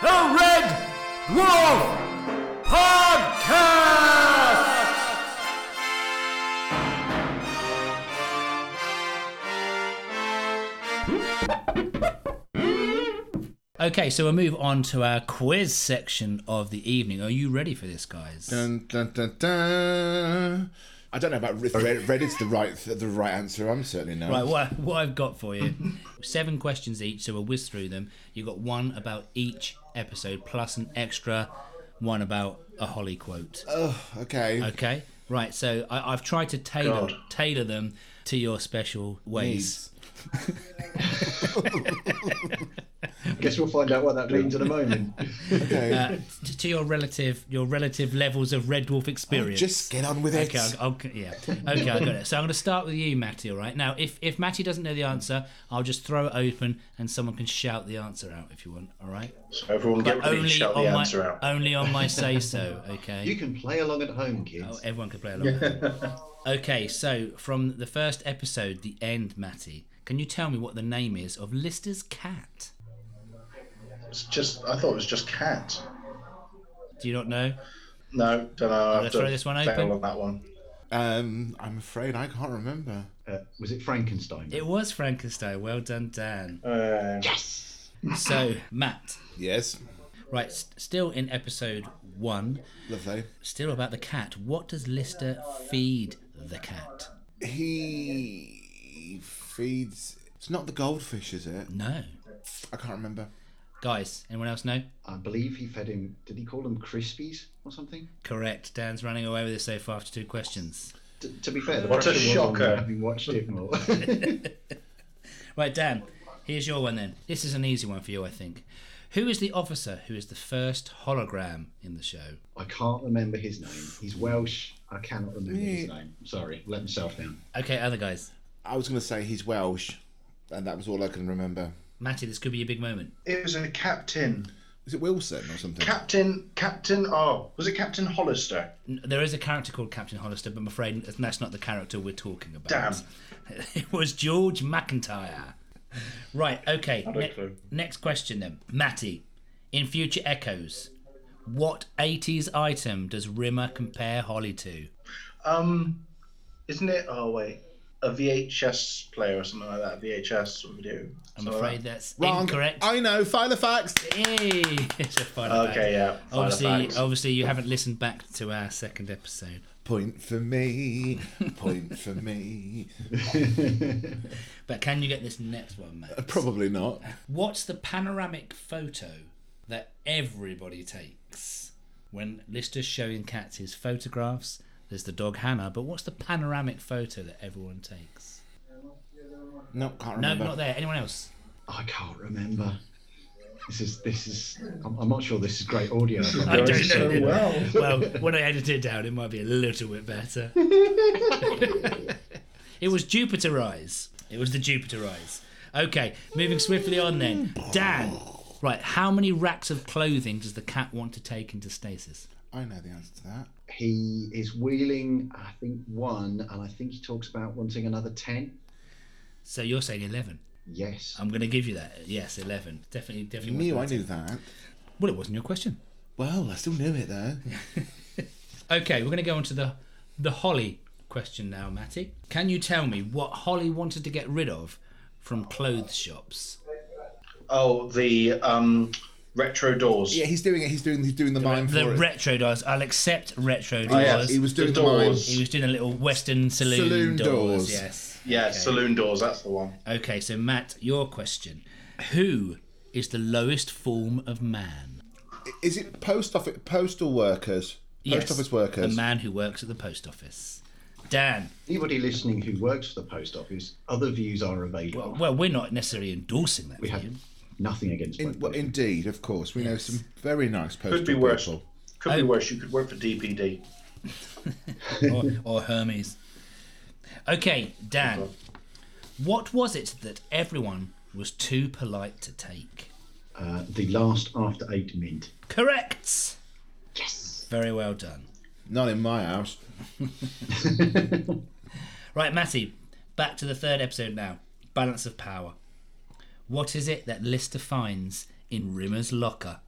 The Red Dwarf Podcast! Okay, so we'll move on to our quiz section of the evening. Are you ready for this, guys? Dun, dun, dun, dun. I don't know about if red, red is the right the right answer. I'm certainly not. Right, what, what I've got for you seven questions each, so we'll whiz through them. You've got one about each episode, plus an extra one about a Holly quote. Okay. Okay, right, so I, I've tried to tailor, tailor them to your special ways. Guess we'll find out what that means in a moment. Okay. Uh, t- to your relative, your relative levels of Red Dwarf experience. Just get on with it. Okay, I'll, I'll, yeah. Okay, I got it. So I'm going to start with you, Matty. All right. Now, if if Matty doesn't know the answer, I'll just throw it open and someone can shout the answer out if you want. All right. Everyone get ready to shout the on answer my Uh, out. only on my say so. You Okay. can play along at home, kids. Oh, everyone can play along. okay. So from the first episode, the end, Matty. Can you tell me what the name is of Lister's cat? It's just, I thought it was just cat. Do you not know? No, don't know. I gonna have to throw this one fail open. on that one. Um, I'm afraid I can't remember. Uh, was it Frankenstein? eh. It was Frankenstein. Well done, Dan. Uh, So Matt. Yes. Right. s still in episode one. Lovely. Still about the cat. What does Lister feed the cat? He feeds. It's not the goldfish, is it? No. I can't remember. Guys, anyone else know? I believe he fed him. Did he call them crispies or something? Correct. Dan's running away with this so far after two questions. T- to be fair, the What a pressure was on shocker. me, Having watched it more. Right, Dan, here's your one then. This is an easy one for you, I think. Who is the officer who is the first hologram in the show? I can't remember his name. He's Welsh. I cannot remember his Yeah. name. Sorry, let myself down. Okay, other guys. I was going to say he's Welsh, and that was all I can remember. Matty, this could be a big moment. it was a captain. Is it Wilson or something? Captain, Captain, oh, was it Captain Hollister? N- There is a character called Captain Hollister, but I'm afraid that's not the character we're talking about. Damn. It was George McIntyre. Right, okay. don't ne- clue. next question then. Matty, in future Echoes, what 80s item does Rimmer compare Holly to? Um, isn't it? Oh, wait. A VHS player or something like that. VHS or video. I'm something afraid Like that's Wrong. incorrect. I know. Final facts. Yay! It's a that. final Okay, fact. yeah. final Obviously, facts. obviously, you haven't listened back to our second episode. Point for me. Point for me. But can you get this next one, Matt? Probably not. What's the panoramic photo that everybody takes? When Lister's showing Cat his photographs, there's the dog Hannah, but what's the panoramic photo that everyone takes? No, can't No, remember. not there. Anyone else? I can't remember. This is this is. I'm, I'm not sure this is great audio. I don't know. so well. well, when I edit it down, it might be a little bit better. it was Jupiter Rise. It was the Jupiter Rise. Okay, moving swiftly on then. Dan, right, how many racks of clothing does the cat want to take into stasis? I know the answer to that. He is wheeling. I think one, and I think he talks about wanting another ten. So you're saying 11. Yes. I'm going to give you that. Yes, 11. Definitely, definitely. You knew I wasn't knew that. it. Well, it wasn't your question. Well, I still knew it though. Okay, we're going to go on to the, the Holly question now, Matty. Can you tell me what Holly wanted to get rid of from clothes shops? Oh, the um, retro doors. Yeah, he's doing it. He's doing. He's doing the, mime the for it. Oh, retro doors. I'll accept retro doors. Oh, yeah, He was The doing the, mime. doors. He was doing a little Western saloon, Saloon doors. doors. Yes. Yeah, Okay. saloon doors, that's the one. Okay, so Matt, your question: Who is the lowest form of man? Is it post office postal workers? Post Yes, office workers. The man who works at the post office. Dan. Anybody listening who works for the post office, other views are available. Well, we're not necessarily endorsing that we for have you. nothing against. In, black well, people. indeed, of course, we know some very nice postal Could be worse. people. Could be worse. You could work for DPD. or, or Hermes. Okay, Dan. What was it that everyone was too polite to take? Uh, the last after eight mint. Correct. Yes. Very well done. Not in my house. Right, Matty, back to the third episode now. Balance of power. What is it that Lister finds in Rimmer's locker?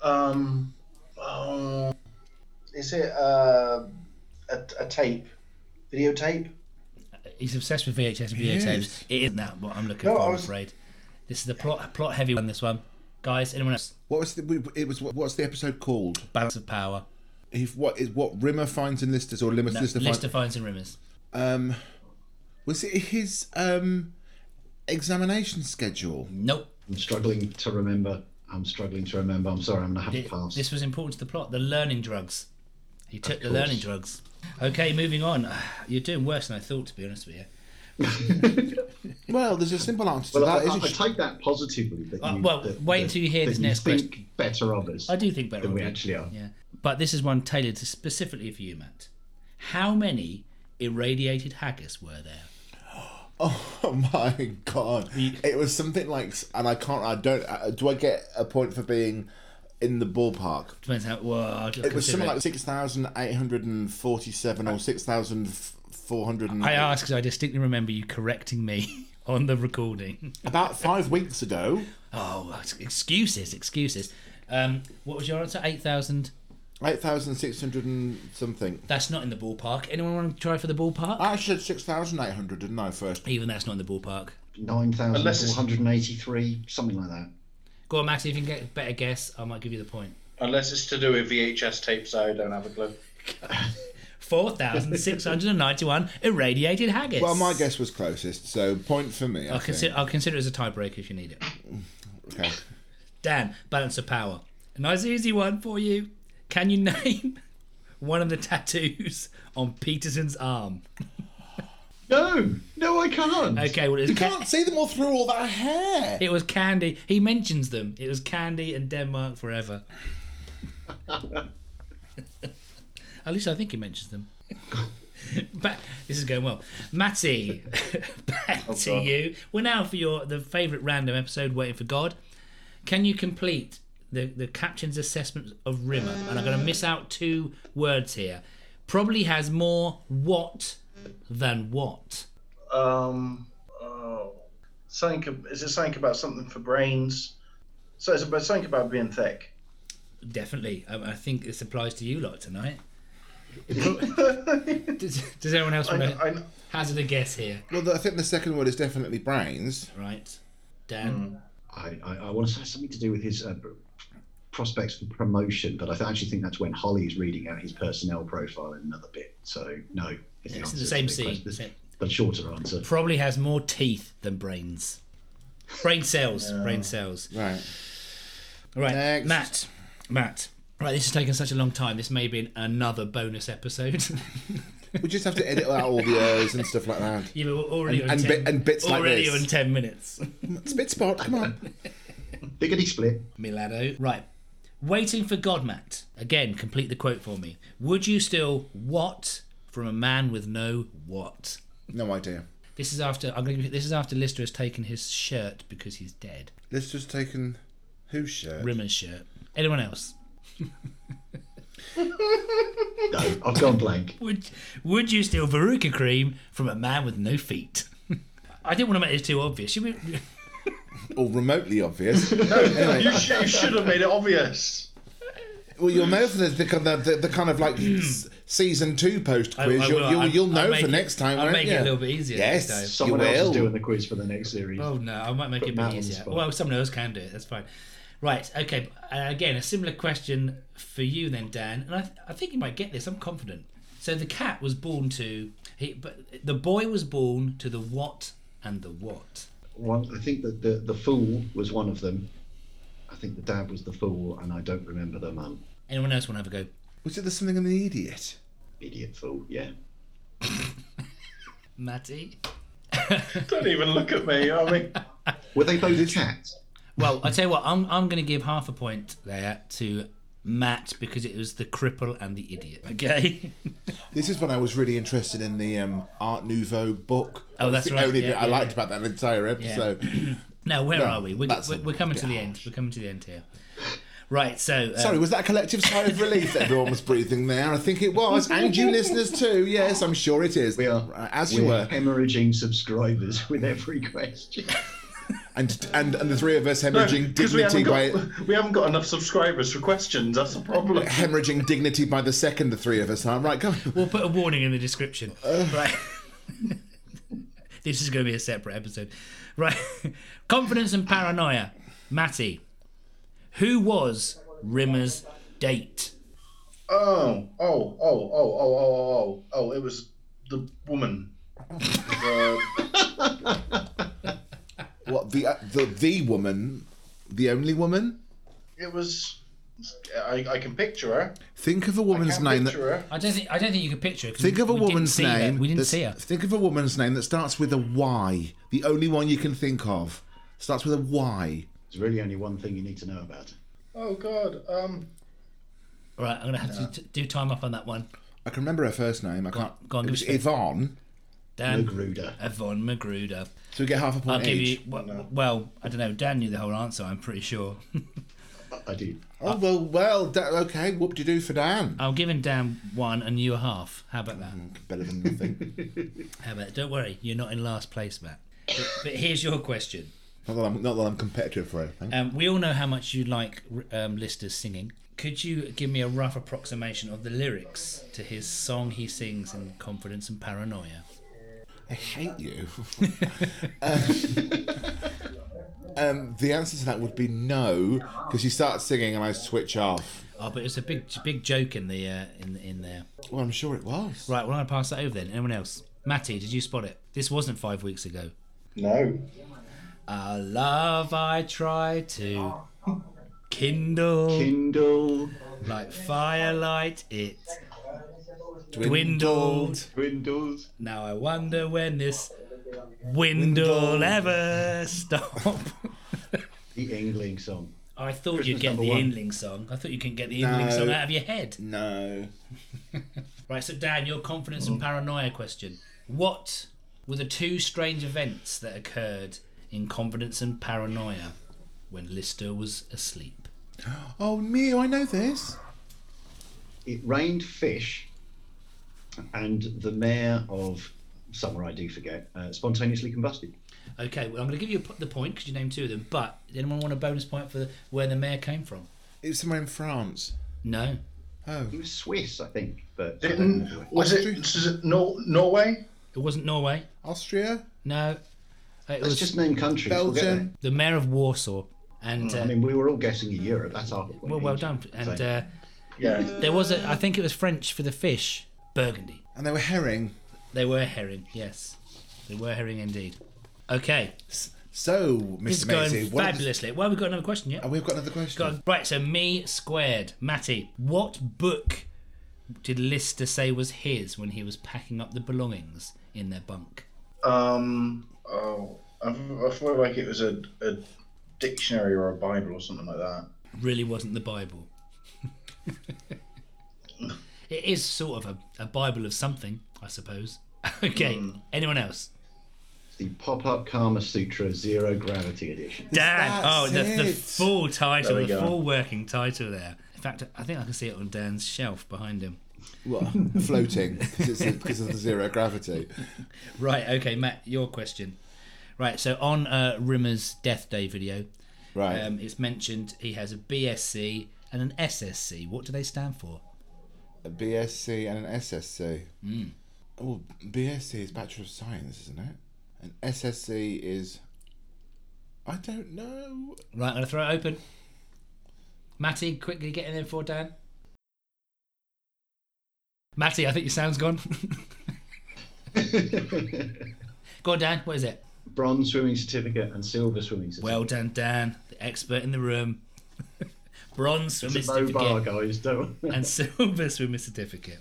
Um, oh, is it uh, a, a tape? Videotape? He's obsessed with VHS and videotapes. It isn't that what I'm looking No, for, I I'm was- afraid. This is the plot plot heavy one, this one. Guys, anyone else? What was the, we- it was what, what's the episode called? Balance of power. If what is what Rimmer finds in Listers or Limmer No, Lister, Lister finds finds, and Rimmers. um was it his um examination schedule? Nope. I'm struggling to remember. I'm struggling to remember. I'm sorry. I'm gonna have Thi- to pass. This was important to the plot. The learning drugs. He took the course. learning drugs. Okay, moving on. You're doing worse than I thought, to be honest with you. Well, there's a simple answer well, to that. I, I, isn't I it? take that positively. That Uh, you, well, that- wait that- until you hear that this next think question. Better of us. I do think better than of we it. actually are. Yeah. But this is one tailored to specifically for you, Matt. How many irradiated haggis were there? Oh my god! It was something like, and I can't. I don't. Uh, do I get a point for being in the ballpark? Depends how. Well, It was something like six thousand eight hundred and forty-seven or six thousand four hundred. I asked because I distinctly remember you correcting me on the recording. about five weeks ago. Oh, ex- excuses, excuses. Um, what was your answer? 8,000? Eight thousand six hundred and something. That's not in the ballpark. Anyone want to try for the ballpark? I said six thousand eight hundred, didn't I? First, Even that's not in the ballpark. Nine thousand Unless it's- four hundred and eighty-three, something like that. Go on, Max, if you can get a better guess, I might give you the point. Unless it's to do with VHS tapes, I don't have a clue. 4,691 irradiated haggis. well, my guess was closest, so point for me. I I'll, think. consider, I'll consider it as a tiebreaker if you need it. Okay. Dan, balance of power. A nice easy one for you. Can you name one of the tattoos on Peterson's arm? No, no, I can't. Okay, well, it's You can't see them all through all that hair. It was Candy. He mentions them. It was Candy and Denmark forever. At least I think he mentions them. Back, this is going well. Matty, back to God. you. We're now for your the favourite random episode, Waiting for God. Can you complete the, the captain's assessment of Rimmer? And I'm going to miss out two words here. Probably has more what than what. Um, oh, something. Is it something about something for brains? So it's about something about being thick. Definitely. I, I think this applies to you lot tonight. does, does anyone else I, want to I, hazard a guess here? Well, the- I think the second word is definitely brains. Right. Hmm. Dan? I, I, I want to say something to do with his uh, prospects for promotion, but I th- actually think that's when Holly's reading out his personnel profile in another bit. So no, it's, It's in answer to the same big scene. question. This- The shorter answer. Probably has more teeth than brains. Brain cells. Brain cells. Right. Right. Next. Matt. Matt. Right, this has taken such a long time. This may be another bonus episode. We just have to edit out all the errors and stuff like that. you were already And- on and 10, bit- and bits like already this. on 10 minutes. Spit spot, come on. Biggity split. Milano. Right. Waiting for God, Matt. Again, complete the quote for me. Would you still what from a man with no what? No idea. This is after I'm going to, this is after Lister has taken his shirt because he's dead. Let's just taken whose shirt? Rimmer's shirt. Anyone else? No, I've gone blank. Would would you steal Veruca cream from a man with no feet? I didn't want to make this too obvious. Should we Or remotely obvious. you, should, you should have made it obvious. well, you'll know for the, the, kind of- the, the kind of like s- season two post I- quiz. I you'll, will. you'll, I'll- you'll I'll know make for it- next time, I'll won't make it you? a little bit easier next time. Yes, you Someone else will. is doing the quiz for the next series. Oh no, I might make it a Matt on bit the easier. spot. Well, someone else can do it. That's fine. Right. Okay. Uh, again, a similar question for you then, Dan. And I, th- I think you might get this. I'm confident. So the cat was born to he, but the boy was born to the what and the what. One, I think that the, the fool was one of them. I think the dad was the fool, and I don't remember the mum. Anyone else want to have a go? Was it the something in the idiot? Idiot fool, yeah. Matty. Don't even look at me. I mean, Were they both cats? Well, I tell you what, I'm I'm going to give half a point there to Matt because it was the cripple and the idiot. Okay. This is when I was really interested in the um, Art Nouveau book. Oh, That was that's the right, only yeah, bit I yeah, liked about that entire episode. now where are we? We're, that's we're, a we're coming bit to the end. We're coming to the end here. Right. So. Uh, Sorry, was that a collective sigh of relief that everyone was breathing there? I think it was, and you listeners too. Yes, I'm sure it is. We are. Right, as you We're were, hemorrhaging subscribers with every question. and and and the three of us hemorrhaging because we dignity haven't by got we haven't got enough subscribers for questions. That's the problem. hemorrhaging dignity by the second. The three of us are right. Go. We'll put a warning in the description. Right. this is going to be a separate episode. Right. Confidence and paranoia. Matty, who was Rimmer's date? Oh, oh, oh, oh, oh, oh, oh, oh, oh! It was the woman. Uh, What the uh, the the woman, the only woman. it was. I, I can picture her. Think of a woman's Can name that. picture her. I don't think I don't think you can picture it. 'cause Think we- of a we didn't woman's see her. name. We didn't that's- see her. Think of a woman's name that starts with a Y. The only one you can think of starts with a Y. There's really only one thing you need to know about. Oh God. Um. All right, I'm going to have to t- do time up on that one. I can remember her first name. I can't. go on, it give was us your- Yvonne. Dan Magruder. Yvonne Magruder. So we get half a I'll point give each. you. Well, well, I don't know. Dan knew the whole answer. I'm pretty sure. I do. Oh well, well, da- okay. Whoop de do for Dan. I'm giving Dan one and you a half. How about that? Better than nothing. How about? Don't worry, you're not in last place, Matt. But, but here's your question. not, that I'm, not that I'm competitive for anything. Um, we all know how much you like um, Lister's singing. Could you give me a rough approximation of the lyrics to his song he sings in Confidence and Paranoia? I hate you. um, um, the answer to that would be no, because you start singing and I switch off. Oh, but it's a big, big joke in the uh, in in there. Well, I'm sure it was. Right, well, I'm gonna pass that over then. Anyone else? Matty, did you spot it? This wasn't five weeks ago. No. A love I try to kindle Kindle, like firelight. It Dwindled. Windows. now I wonder when this wind'll ever stop. The Engling song. I thought Christmas you'd get number the one. Inling song. I thought you couldn't get the Inling No. song out of your head. No. Right, so Dan, your confidence and paranoia question. What were the two strange events that occurred in confidence and paranoia when Lister was asleep? Oh, Mew, I know this. It rained fish, and the mayor of somewhere I do forget uh, spontaneously combusted. Okay, well, I'm going to give you p- the point because you named two of them, but did anyone want a bonus point for the, where the mayor came from? It was somewhere in France. No. Oh. He was Swiss, I think, but Didn't. Was it, is it Nor- Norway? It wasn't Norway. Austria? No. It Let's was just name countries. we'll get Belgium? the mayor of Warsaw. And, there. uh, I mean, we were all guessing in Europe. That's our point. well, well done. And uh, Yeah. there was a, I think it was French for the fish, Burgundy. And they were herring. They were herring, yes. They were herring indeed. Okay, So, this is Mr. Maisie, going what fabulously. Well, we've got another question, yeah? Oh, we've got another question. Got- Right, so me squared. Matty, what book did Lister say was his when he was packing up the belongings in their bunk? Um. Oh. I, I feel like it was a, a dictionary or a Bible or something like that. Really wasn't the Bible. it is sort of a, a Bible of something, I suppose. Okay, anyone else? the pop-up Karma Sutra Zero Gravity Edition. Dan. That's Oh, the, the it. full title, There the we go. full working title there. In fact, I think I can see it on Dan's shelf behind him. Well, floating, because of the zero gravity. Right. Okay, Matt, your question. Right. So on uh, Rimmer's death day video, Right. um, it's mentioned he has a BSc and an SSc. What do they stand for? a BSc and an SSc. Hmm. Oh, BSc is Bachelor of Science, isn't it? And SSc is. I don't know. Right. I'm gonna throw it open. Matty, quickly get in there for Dan. Matty, I think your sound's gone. Go on, Dan. What is it? Bronze swimming certificate and silver swimming certificate. Well done, Dan, the expert in the room. Bronze swimmer it's a low bar, certificate guys. Don't. and silver swimmer certificate.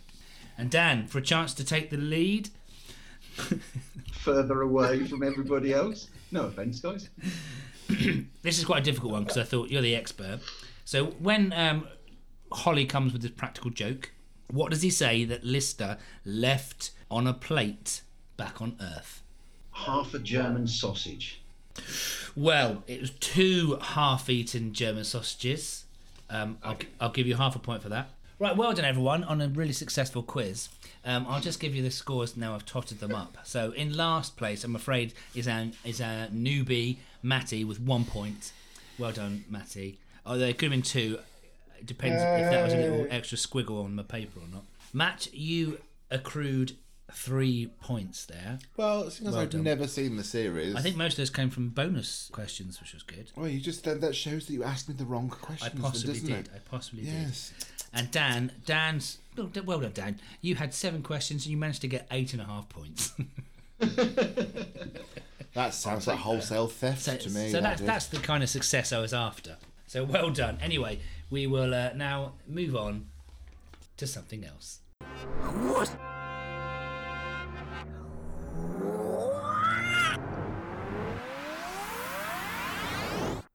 And Dan, for a chance to take the lead, further away from everybody else. No offense, guys. this is quite a difficult one because I thought you're the expert. So when um, Holly comes with this practical joke, what does he say that Lister left on a plate back on Earth? Half a German sausage. Well, it was two half-eaten German sausages. Um, I'll, I'll give you half a point for that. Right, well done everyone on a really successful quiz. Um, I'll just give you the scores now. I've totted them up. So in last place, I'm afraid, is our is our newbie Matty with one point. Well done, Matty. Oh, there could have been two. It depends if that was a little extra squiggle on my paper or not. Matt, you accrued three points there. Well, it seems I've never seen the series. I think most of those came from bonus questions, which was good. Well, you just that, that shows that you asked me the wrong I questions, then, possibly doesn't did. it? I possibly did. Yes. And Dan, Dan's well d- well done, Dan. You had seven questions and you managed to get eight and a half points. That sounds like wholesale theft uh, so to me. so that that's did. that's the kind of success I was after. So well done. Anyway, we will uh, now move on to something else. What?